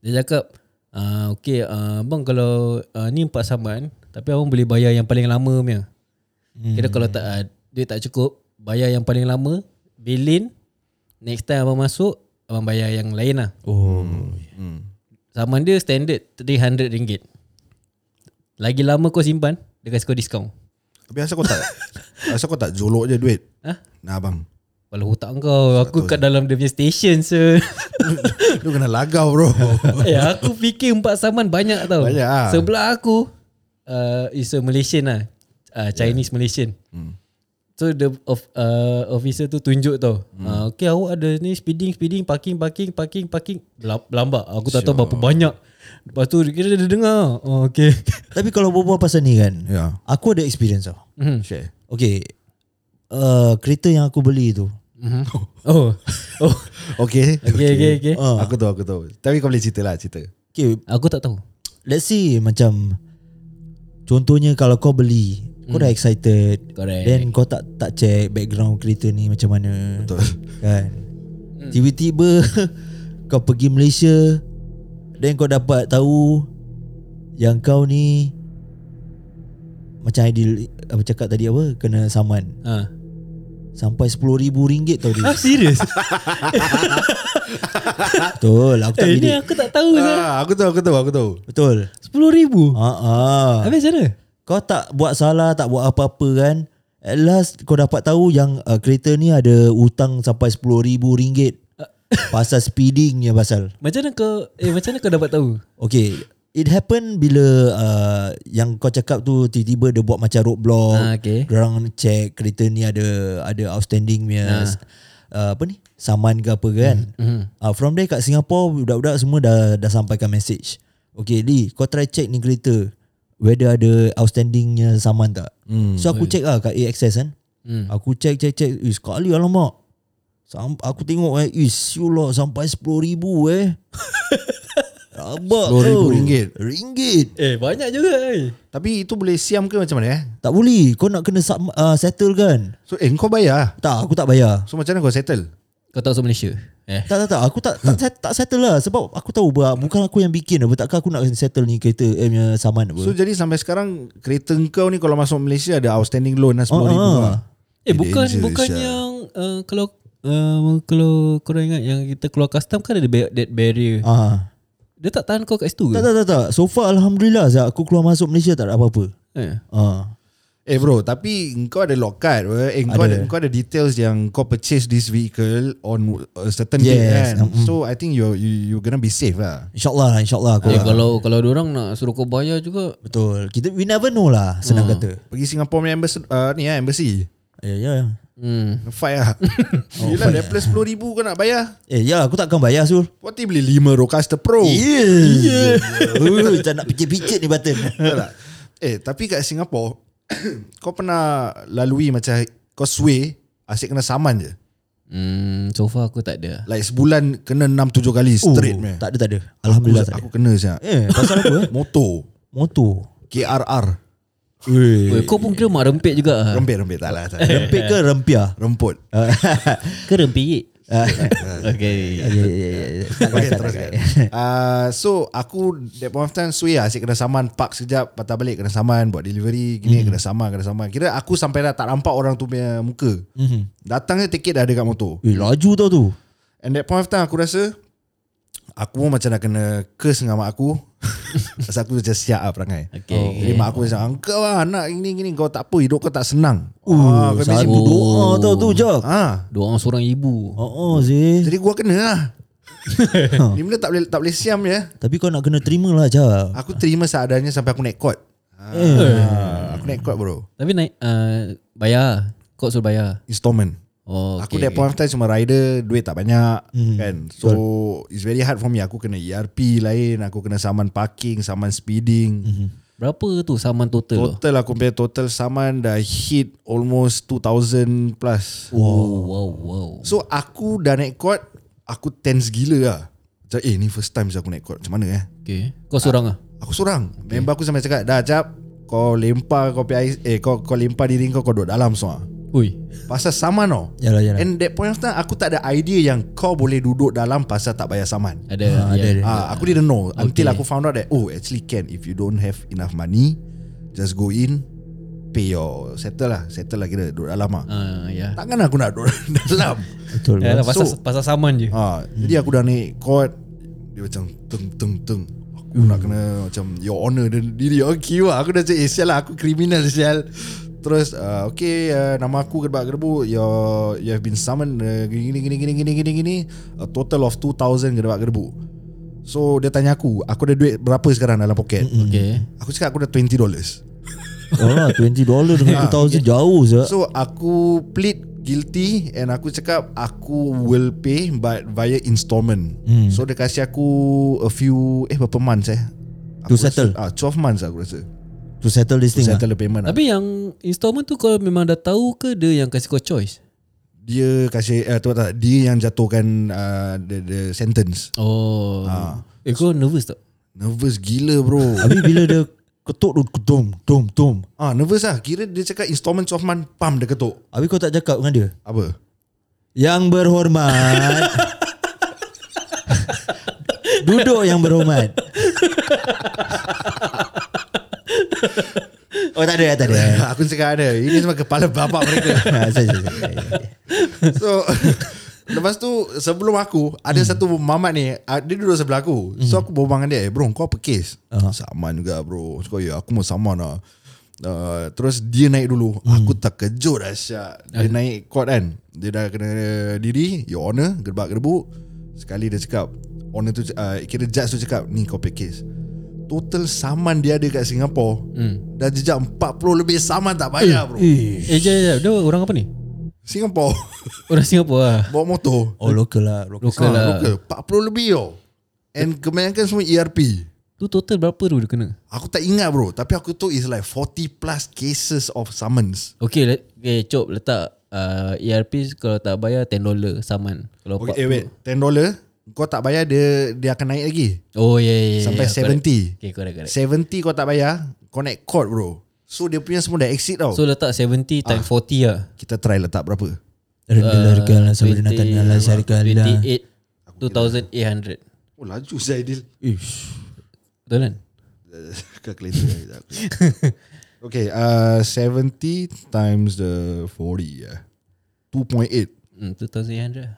A: Dia cakap uh, Okay uh, Abang kalau uh, Ni empat saman Tapi abang boleh bayar yang paling lama punya hmm. Kira kalau tak uh, Duit tak cukup Bayar yang paling lama Bilin Next time abang masuk Abang bayar yang lain lah
B: Oh.
C: Hmm.
A: Saman dia standard RM300 ringgit. Lagi lama kau simpan Dia kasi kau diskaun
C: Tapi asal kau tak Asal kau tak jolok je duit
A: Hah?
C: Nah abang
A: Walau hutang kau Aku kat dalam dia punya station so.
C: Lu kena lagau bro
A: eh, aku fikir empat saman banyak tau.
C: Banyak ah.
A: Sebelah aku uh, is a Malaysian lah. Uh, Chinese yeah. Malaysian. Hmm. So the of, uh, officer tu tunjuk tau. Hmm. Uh, okay awak ada ni speeding speeding parking parking parking parking Belam- belambak. Aku tak tahu berapa banyak. Lepas tu kira dia dengar. Oh, okay.
B: Tapi kalau berbual pasal ni kan.
C: Ya.
B: Aku ada experience tau.
A: Hmm.
C: Share
B: Okay. Uh, kereta yang aku beli tu.
A: oh. Oh.
C: Okay
A: Okay okay okay.
B: Ah.
C: Aku tahu aku tahu Tapi kau boleh cerita lah cerita
B: Okay.
A: Aku tak tahu.
B: Let's say macam. Contohnya kalau kau beli. Kau dah excited.
A: Correct.
B: Then kau tak tak check background kereta ni macam mana. Betul. Kan.
A: Hmm.
B: Tiba-tiba kau pergi Malaysia. Then kau dapat tahu yang kau ni macam Aidil apa cakap tadi apa kena saman
A: Ha.
B: sampai RM10,000 tau dia.
A: Ah serius?
B: Betul, aku tak
A: eh, ni
B: bidik.
A: aku tak tahu lah.
C: ah, Aku tahu aku tahu aku tahu
B: Betul.
A: RM10,000.
B: Ha ah.
A: Habis macam mana?
B: Kau tak buat salah, tak buat apa-apa kan. At last kau dapat tahu yang uh, kereta ni ada hutang sampai RM10,000. pasal speeding ya pasal.
A: Macam mana kau eh macam mana kau dapat tahu?
B: Okay It happen bila uh, yang kau cakap tu tiba-tiba dia buat macam roadblock.
A: Ah, okay.
B: Orang check kereta ni ada ada outstanding punya uh, apa ni? Saman ke apa kan.
A: Hmm.
B: Mm-hmm. Uh, from there kat Singapore budak-budak semua dah dah sampaikan message. Okay Lee, kau try check ni kereta whether ada outstandingnya saman tak. Mm, so aku check lah kat AXS kan. Mm. Aku check check check. Eh sekali alamak. Sam- aku tengok eh, eh siul lah sampai RM10,000 eh. Rabak
C: RM10,000
B: tau.
C: ringgit.
B: Ringgit.
A: Eh banyak juga eh.
C: Tapi itu boleh siam ke macam mana eh?
B: Tak boleh. Kau nak kena sub, uh, settle kan?
C: So eh kau bayar.
B: Tak, aku tak bayar.
C: So macam mana kau settle?
A: Kau tahu so Malaysia. Eh.
B: Tak, tak, tak. Aku tak tak, set- tak settle lah. Sebab aku tahu bah, bukan aku yang bikin apa. Takkan aku nak settle ni kereta eh, punya saman apa.
C: So jadi sampai sekarang kereta kau ni kalau masuk Malaysia ada outstanding loan lah
B: Ah,
C: RM10,000
B: ah.
C: lah.
A: Eh bukan
C: Danger,
A: bukan
C: Syah.
A: yang uh, kalau uh, kalau korang ingat yang kita keluar custom kan ada ba- that barrier.
B: Ah.
A: Dia tak tahan kau kat situ ke?
B: Tak, tak, tak, tak. So far Alhamdulillah Zak, aku keluar masuk Malaysia tak ada apa-apa.
A: Eh.
B: Ah.
C: Eh bro, tapi kau ada lock card. eh? Eh, kau ada.
B: Ada.
C: kau ada details yang kau purchase this vehicle on a certain date
B: Yes, Mm-hmm.
C: kan. So I think you you you gonna be safe lah.
B: InsyaAllah lah, insyaAllah aku.
A: Eh,
B: lah.
A: kalau kalau orang nak suruh kau bayar juga
B: Betul. Kita, we never know lah, senang
C: Ah.
B: kata.
C: Pergi Singapore punya embassy, uh, ni lah, embassy.
B: Eh, ya.
A: hmm.
C: Fight lah. oh, Yelah, daripada RM10,000 kau nak bayar.
B: Eh, ya aku takkan bayar Sul.
C: Wati beli 5 Rocaster Pro.
B: Yeah. yeah. Macam nak picit-picit ni button.
C: Betul tak? Eh tapi kat Singapore Kau pernah lalui macam Kau sway Asyik kena saman je
A: Hmm, so far aku tak ada.
C: Like sebulan Kena 6-7 kali straight man.
B: Oh. Tak ada, tak ada. Alhamdulillah tak ada.
C: Aku kena siap
B: Eh, pasal apa? eh?
C: Motor
B: Motor.
C: KRR
A: Weh, kau pun kira mak rempit juga. ah.
C: Rempit-rempit tak lah tak lah.
B: Rempit ke rempiah?
C: Remput
B: Ah,
A: Ke rempit? okay.
B: Ya, ya, ya, ya. Tak
C: Okay
B: kata, tak
C: terus
B: kata.
C: uh, So aku That point of time Sway lah Asyik kena saman Park sekejap Patah balik kena saman Buat delivery Gini
B: Hmm.
C: kena saman Kena saman Kira aku sampai dah Tak nampak orang tu punya muka
B: Mhm.
C: Datang je tiket dah dekat motor
B: Eh, laju tau tu.
C: And that point of time aku rasa Aku pun macam dah kena curse dengan mak aku Pasal aku macam siap lah perangai
A: Okay,
C: oh, Jadi mak aku macam Kau lah anak gini gini Kau tak apa hidup kau tak senang
B: Uh,
C: Ah, kau
B: satu
C: mesti-
B: doa tau tu, Jack.
C: ah,
A: Dua orang seorang ibu.
B: Oh, oh Zee.
C: Jadi gua kena lah Ni benda tak boleh, tak boleh siam je
B: Tapi kau nak kena terima lah, Jack.
C: Aku terima seadanya sampai aku naik court ah,
A: Eh.
C: Aku naik court bro
A: Tapi naik uh, bayar. Kau suruh bayar.
C: Installment
A: Oh, okay. Hmm.
C: Aku that point of time cuma rider Duit tak banyak mm. kan So it's very hard for me Aku kena ERP lain Aku kena saman parking Saman
A: Hmm.
C: speeding mm-hmm.
A: Berapa tu saman total? lah.
C: Total aku punya total saman dah hit almost 2000 plus.
A: Wow, wow, wow.
C: So aku dah naik court, aku tense gila lah. Macam eh ni first time je aku naik court. Macam mana eh?
A: Okay. Kau seorang ah?
C: Aku seorang. Okay. Member aku sampai cakap, "Dah jap, kau lempar kau punya ais- eh kau kau lempar diri kau kau duduk dalam semua."
A: Ui.
C: Pasal saman tau.
B: Yalah, yalah.
C: And that point of time aku tak ada idea yang kau boleh duduk dalam pasal tak bayar saman.
A: Ada. Ha,
B: ada, ada.
C: Ah, aku didn't know until aku found out that oh actually can if you don't have enough money just go in pay your settle lah settle lah kira duduk dalam lah.
A: Ah, ya.
C: Takkan aku nak duduk dalam.
B: Betul.
A: Ya, lah, pasal,
C: So-
A: pasal saman je.
C: ah, jadi aku dah naik court dia macam teng teng teng. Aku nak kena macam your honor dan diri aku queue lah. Aku dah cakap eh sial lah aku criminal sial. Terus uh, okay uh, nama aku gedebak gedebu your you have been summoned uh, gini gini gini gini gini gini gini a total of 2000 gedebak gedebu. So dia tanya aku Aku ada duit berapa sekarang dalam poket mm-hmm.
A: Okay.
C: Aku cakap aku ada 20 dollars
B: Oh lah, $20 dengan 2000 jauh, Zak.
C: So aku plead guilty and aku cakap aku will pay but via installment. Hmm. So dia kasih aku a few eh berapa months eh?
B: To
C: Aku rasa-
B: settle.
C: Ah 12 months aku rasa.
B: To settle this
C: To
B: thing lah.
C: settle the payment. Lah.
A: Tapi yang installment tu kau memang dah tahu ke dia yang kasih kau choice?
C: Dia kasih eh, tu tak dia yang jatuhkan uh, the, the sentence.
A: Oh.
C: Ah.
A: Eh kau nervous tak?
C: Nervous gila bro.
B: Habis bila dia ketuk tu, tum, tum, tum.
C: ah nervous lah. Kira dia cakap installment 12 month pam dia ketuk.
B: Habis kau tak cakap dengan dia?
C: Apa?
B: Yang berhormat. Duduk yang berhormat. Oh tak ada, tak ada.
C: aku cakap ada. Ini semua kepala bapak mereka.
B: Ah, sorry, sorry, sorry.
C: So Lepas tu sebelum aku Ada hmm. satu mamat ni ah, Dia duduk sebelah aku So aku berbual dengan dia eh, Bro kau apa kes? Uh-huh. Saman juga bro Cakap ya aku mau saman lah Uh, terus dia naik dulu hmm. Aku terkejut lah Syak Dia naik court kan Dia dah kena diri Your honour ah, Gerbak gerbu Sekali dia cakap Honour tu uh, Kira judge tu cakap Ni kau punya case Total saman dia ada kat Singapore hmm. Dah jejak 40 lebih saman tak bayar bro
A: Eh jap jap Dia orang apa ni
C: Singapore
A: Orang Singapura lah
C: Bawa motor
B: Oh local lah local.
A: Local
C: Ah,
A: lah
C: local. 40 lebih tau And kebanyakan semua ERP
A: Tu total berapa tu dia kena
C: Aku tak ingat bro Tapi aku tu is like 40 plus cases of summons
A: Okay, let, okay Cop letak uh, ERP kalau tak bayar $10 saman Kalau
C: Okay, eh
A: empat-
C: wait $10 Kau tak bayar dia Dia akan naik lagi
A: Oh yeah, yeah, yeah
C: Sampai
A: yeah, correct.
C: 70
A: Okay correct correct
C: 70 kau tak bayar Kau naik court bro So dia punya semua dah exit tau
A: So letak 70
C: Ah.
A: times 40 lah
C: Kita try letak berapa
B: Rendah harga lah Sabar
A: 20,
B: Nathan lah Harga lah
A: 28 2800
C: Oh laju Zaidil
A: Betul kan
C: Calculator sekejap. Okay uh, 70 times the 40 uh, 2.8
A: hmm, 2800 lah.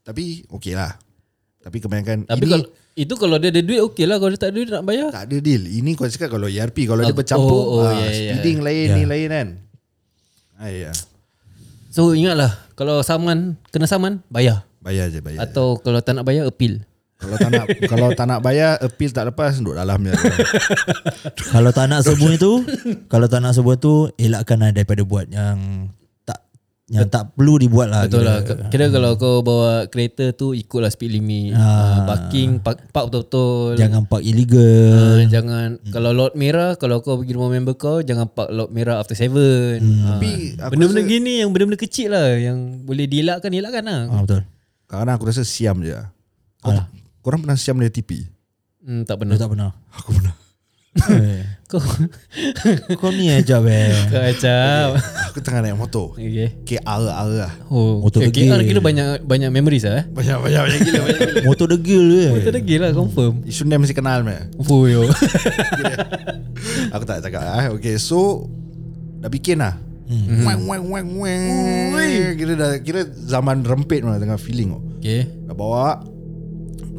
C: Tapi okay lah Tapi kebanyakan
A: Tapi
C: ini
A: kalau Itu kalau dia ada duit Okay lah Kalau dia tak ada duit nak bayar
C: Tak ada deal Ini kau cakap kalau ERP Kalau dia
A: Oh,
C: bercampur
A: oh, oh, yeah,
C: ah,
A: yeah.
C: Speeding lain
A: Ya.
C: ni lain kan ah, yeah.
A: So ingatlah Kalau saman Kena saman Bayar
C: Bayar je bayar
A: Atau kalau tak nak bayar Appeal
C: Kalau tak nak Kalau tak nak bayar Appeal tak lepas Duduk dalam je
A: Ah,
B: Kalau tak nak semua itu Kalau tak nak semua itu Elakkan lah daripada buat yang Tak Yang tak perlu dibuat lah
A: Betul
B: kira.
A: lah K- Kira kalau kau bawa kereta tu Ikutlah speed limit Ah, Parking Park, park betul-betul
B: Jangan park illegal
A: Ah, Jangan Kalau lot merah Kalau kau pergi rumah member kau Jangan park lot merah after seven Ah,
C: Tapi aku
A: Benda-benda
C: rasa-
A: gini Yang benda-benda kecil lah Yang boleh dielakkan Elakkan lah
B: ah, Betul
C: Kadang-kadang aku rasa siam je Kau,
A: Ah.
C: Korang pernah siam dari TP
A: hmm, Tak
B: Dia
A: pernah
B: tak pernah
C: Aku pernah
B: Eh,
A: Kau
B: Kau ni aja eh
A: Kau acap
C: Ah, Aku tengah naik motor
A: Okay
C: KR lah
A: Oh,
B: Motor
A: okay,
B: degil.
A: KR kira banyak banyak memories lah eh.
C: Banyak banyak banyak gila banyak gila.
B: Motor degil eh. je
A: Motor degil lah confirm.
C: Isun dia masih kenal meh.
A: Oh yo.
C: Aku tak cakap ah. Okay so Dah bikin lah hmm. Weng weng weng weng Kira dah Kira zaman rempit mah Tengah feeling oh.
A: okay.
C: Dah bawa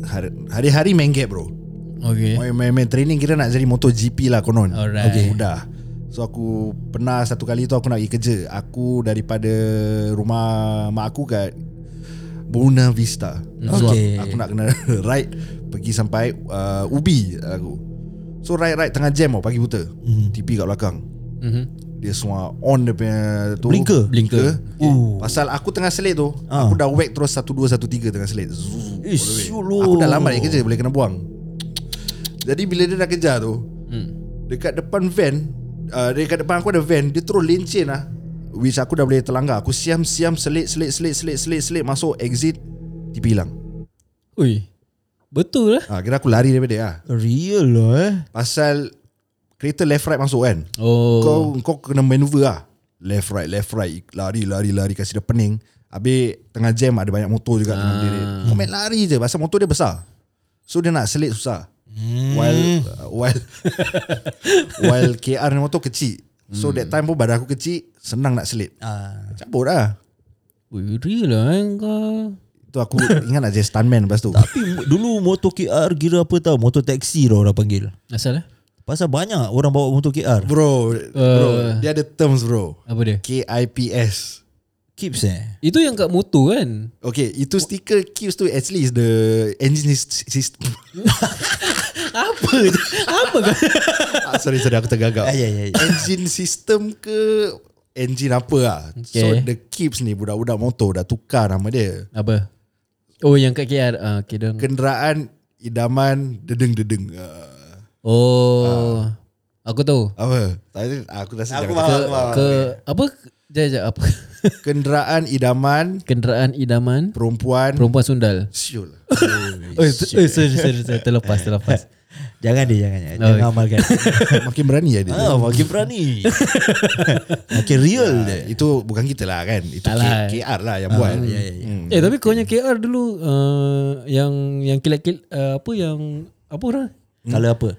C: hari- Hari-hari main gap bro
A: Okay.
C: Main, main, main training kira nak jadi MotoGP lah
A: Eh?
C: konon
A: Alright.
C: okay. Udah So aku pernah satu kali tu aku nak pergi kerja Aku daripada rumah mak aku kat Buena Vista So
B: Okay.
C: aku, aku nak kena ride Pergi sampai uh, Ubi aku So ride-ride tengah jam tau pagi buta mm. TV kat belakang
A: Mhm.
C: Dia semua on dia punya tu
B: Blinker? Oh,
A: Blinker.
B: Ooh.
C: Pasal aku tengah selit tu
B: Ah.
C: Aku dah whack terus 1, 2, 1, 3 tengah selit
B: Ish,
C: Zzz, all the way.
B: Allah.
C: Aku dah lambat nak kerja Boleh kena buang Jadi bila dia dah kejar tu
B: Hmm.
C: Dekat depan van uh, Dekat depan aku ada van Dia terus lencin lah Which aku dah boleh terlanggar Aku siam-siam selit Selit selit selit selit selit Masuk exit Tiba hilang
A: Ui. Betul lah.
C: ha, Kira aku lari daripada dia lah
B: Real lah eh
C: Pasal Kereta left right masuk kan
A: Oh.
C: kau kau kena maneuver lah left right left right lari lari lari kasi dia pening habis tengah jam ada banyak motor juga dengan dia dia. kau main lari je pasal motor dia besar so dia nak selit susah while uh, while while KR ni motor kecil so that time pun badan aku kecil senang nak selit
B: ah.
C: cabut lah
A: Ui, real lah eh, kau.
C: tu aku ingat nak jadi stuntman lepas tu
B: Tapi mo- dulu motor KR kira apa tau Motor taksi tau orang panggil
A: Asal lah.
B: Pasal banyak orang bawa motor KR
C: bro bro dia ada terms bro
A: Apa dia?
C: KIPS
B: Kips eh
A: Itu yang kat motor kan.
C: Okay, itu stiker Qs tu actually is the engine system.
A: Apa? Apa kau?
C: ah, sorry sorry aku tergagap.
B: Ah, ya, ya, ya.
C: Engine system ke engine apa lah. So
A: Okay.
C: the Kips ni budak-budak motor dah tukar nama dia.
A: Apa? Oh yang kat KR. Ah, okay, dong.
C: Kenderaan idaman dedeng-dedeng. Uh,
A: Oh. Aku tahu.
C: apa? Tadi aku rasa aku
A: Ke, ke apa? Jap jap apa?
C: Kenderaan idaman
A: Kenderaan idaman
C: perempuan.
A: perempuan sundal.
C: Siul. lah.
A: Oh, sorry, sorry, sorry, terlepas, terlepas.
B: Jangan dia jangan
A: Oh,
B: dia. Jangan amalkan
C: Makin berani ya dia.
B: Ah, Makin berani Makin real dia
C: Ah, Itu bukan kita lah kan. Itu
A: Tak lah.
C: K- KR lah yang buat.
B: ya, ya, ya.
C: Hmm.
A: Eh tapi kau punya KR dulu uh, yang yang kilat-kilat uh, apa yang apa orang?
B: Kalau Hmm. apa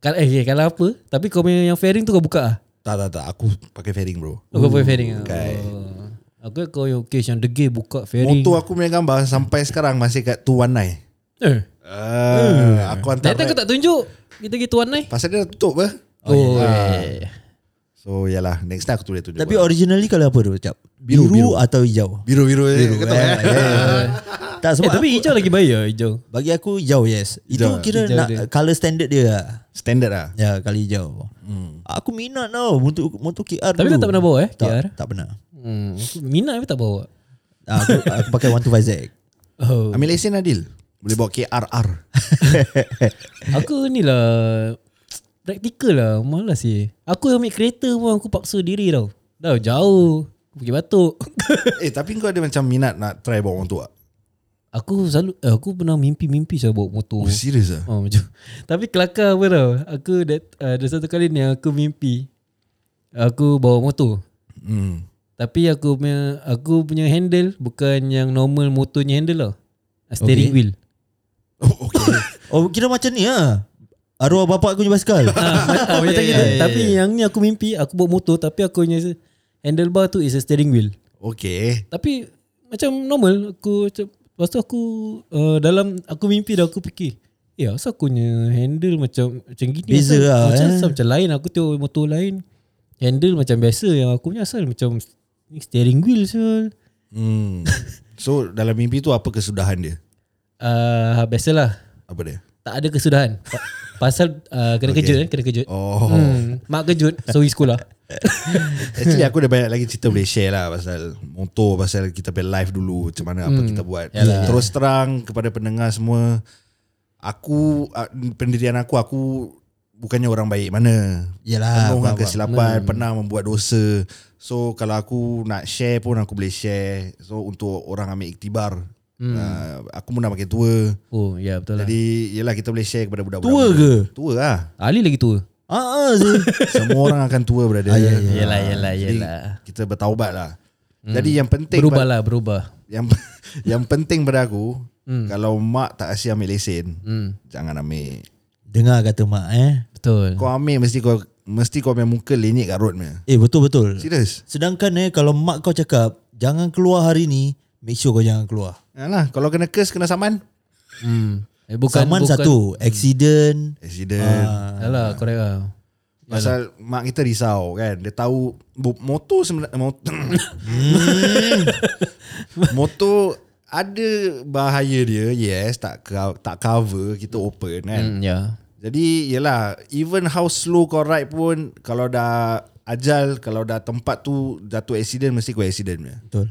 A: Kalau eh okay, kalau apa? Tapi kau punya yang fairing tu kau buka ah.
C: Tak tak tak aku pakai fairing bro.
A: Oh, kau punya fairing. Okay. Oh. Aku ingat kau yang case yang degil buka fairing.
C: Motor aku punya gambar sampai sekarang masih kat 219.
A: Eh.
C: Uh, aku hantar
A: Nanti aku tak tunjuk. Kita pergi tuan nai.
C: Pasal dia dah tutup ke
A: Oh.
C: So yalah Next time aku boleh tunjuk
B: Tapi originally kalau apa tu Cap Biru, biru, atau hijau
C: Biru-biru eh, Kau tahu eh
B: Eh, Tak
A: Eh,
B: sebab
A: tapi hijau lagi baik ya hijau.
B: Bagi aku hijau yes Itu
C: Hijau.
B: kira
A: Hijau
B: nak,
A: dia.
B: Color standard dia lah
C: Standard lah
B: Ya kali hijau hmm. Aku minat tau Motor, motor KR
A: Tapi
B: dulu.
A: kau tak pernah bawa, eh,
B: Tak,
A: KR?
B: tak pernah
A: Hmm. aku Minat tapi tak bawa.
B: Ah, aku, aku pakai 125Z
A: Oh.
C: Ambil lesen Adil Boleh bawa KRR
A: Aku ni lah Practical lah Malas sih Aku ambil kereta pun Aku paksa diri tau Dah jauh Aku pergi batuk
C: Eh tapi kau ada macam minat Nak try bawa orang tua
A: Aku selalu eh, Aku pernah mimpi-mimpi Saya bawa motor
C: Oh serius lah
A: oh, macam. Tapi kelakar apa tau Aku that, uh, Ada satu kali ni Aku mimpi Aku bawa motor
C: hmm.
A: Tapi aku punya Aku punya handle Bukan yang normal motornya handle lah Steering
B: Okay.
A: wheel
C: Oh okay
B: Oh kira macam ni lah Arwah bapak aku punya basikal
A: Ah, Macam
B: ya,
A: gitu
B: ya, ya,
A: Tapi yang ni aku mimpi Aku bawa motor Tapi aku punya Handlebar tu is a steering wheel
C: Okay
A: Tapi macam normal aku macam lepas tu aku uh, dalam aku mimpi dah aku fikir Ya, eh, asal aku punya handle macam macam gini
B: Beza
A: asal,
B: lah,
A: macam,
B: eh.
A: asal macam lain aku tengok motor lain handle macam biasa yang aku punya asal macam ni steering wheel so
C: hmm. So dalam mimpi tu Apa kesudahan dia
A: uh, biasalah
C: Apa dia
A: tak ada kesudahan Pa- pasal uh, kena okay. kejut kan kena kejut
C: Oh
A: hmm, mak kejut so pergi sekolah
C: Actually aku ada banyak lagi cerita boleh share lah pasal motor, pasal kita punya live dulu, macam mana apa kita buat.
B: Hmm. Yalah.
C: Terus terang kepada pendengar semua, aku ah, pendirian aku aku bukannya orang baik mana.
B: Yelah,
C: penuh
B: Ah, faham,
C: dengan
B: Hmm.
C: kesilapan, pernah membuat dosa. So kalau aku nak share pun aku boleh share. So untuk orang ambil iktibar,
B: Hmm.
C: ah, aku pun dah makin tua.
A: oh ya yeah, betul lah
C: Jadi yelah kita boleh share kepada budak-budak.
B: Tua
C: muda.
B: ke?
C: Tua lah.
A: Ali lagi tua
B: Ah, ah, sih.
C: Semua orang akan tua
B: Ah,
C: berada.
B: ya, ya.
A: Yelah, yelah,
C: Jadi,
A: yelah. Hmm.
C: Kita bertaubat lah. Jadi yang penting
A: berubah lah Hmm. berubah
C: yang yang penting pada aku kalau mak tak asyik ambil lesen
A: Hmm.
C: jangan ambil.
B: Dengar kata mak eh
A: betul
C: Kau ambil mesti kau mesti kau punya muka lenyek kat road punya.
B: Eh betul-betul
C: Serius.
B: Sedangkan eh Kalau mak kau cakap Jangan keluar hari ni Make sure kau jangan keluar
C: Alah kalau kena kes kena saman.
A: hmm. eh, bukan
B: Saman
A: bukan,
B: satu Accident
A: Ah,
C: Accident.
A: Yalah correct lah
C: Pasal mak kita risau kan. Dia tahu bu- motor sebenarnya motor,
A: Hmm.
C: motor ada bahaya dia. Yes, tak co- tak cover kita open kan.
A: Hmm, ya.
C: Jadi yelah Even how slow kau ride pun Kalau dah ajal Kalau dah tempat tu Jatuh accident Mesti kau accident punya
B: Betul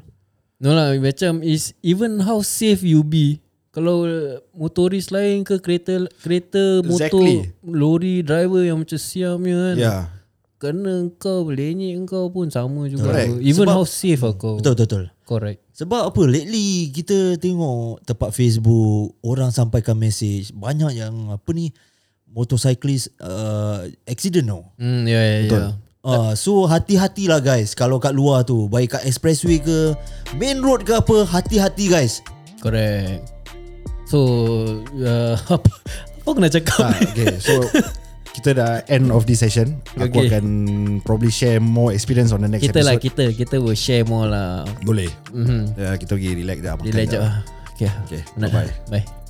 A: No lah macam is even how safe you be. Kalau motoris lain ke kereta kereta motor
C: Exactly.
A: lori driver yang macam siamnya kan.
C: Ya
A: Kena kau lenyek kau pun sama juga.
C: Correct.
A: Even
C: Sebab-
A: how safe lah kau.
B: Betul-betul
A: Correct.
B: Sebab apa lately kita tengok tempat Facebook orang sampaikan message banyak yang apa ni motorcyclist uh, accident tau.
C: Mm,
A: Hmm ya ya ya.
B: Uh, so hati-hatilah guys kalau kat luar tu baik kat expressway ke main road ke apa hati-hati guys.
A: Correct. So uh, apa apa aku nak cakap?
C: ah,
A: ni?
C: Okay so Kita dah end of this session Aku
A: Okay.
C: akan Probably share more experience On the next
A: kita lah
C: episode
A: kita kita will share more lah.
C: Boleh
A: Mhm.
C: Ya, Kita pergi relax dah makan
A: Relax
C: dah.
A: jap lah. Okay.
C: Okay,
A: Penat
C: bye-bye.
A: dah. Bye.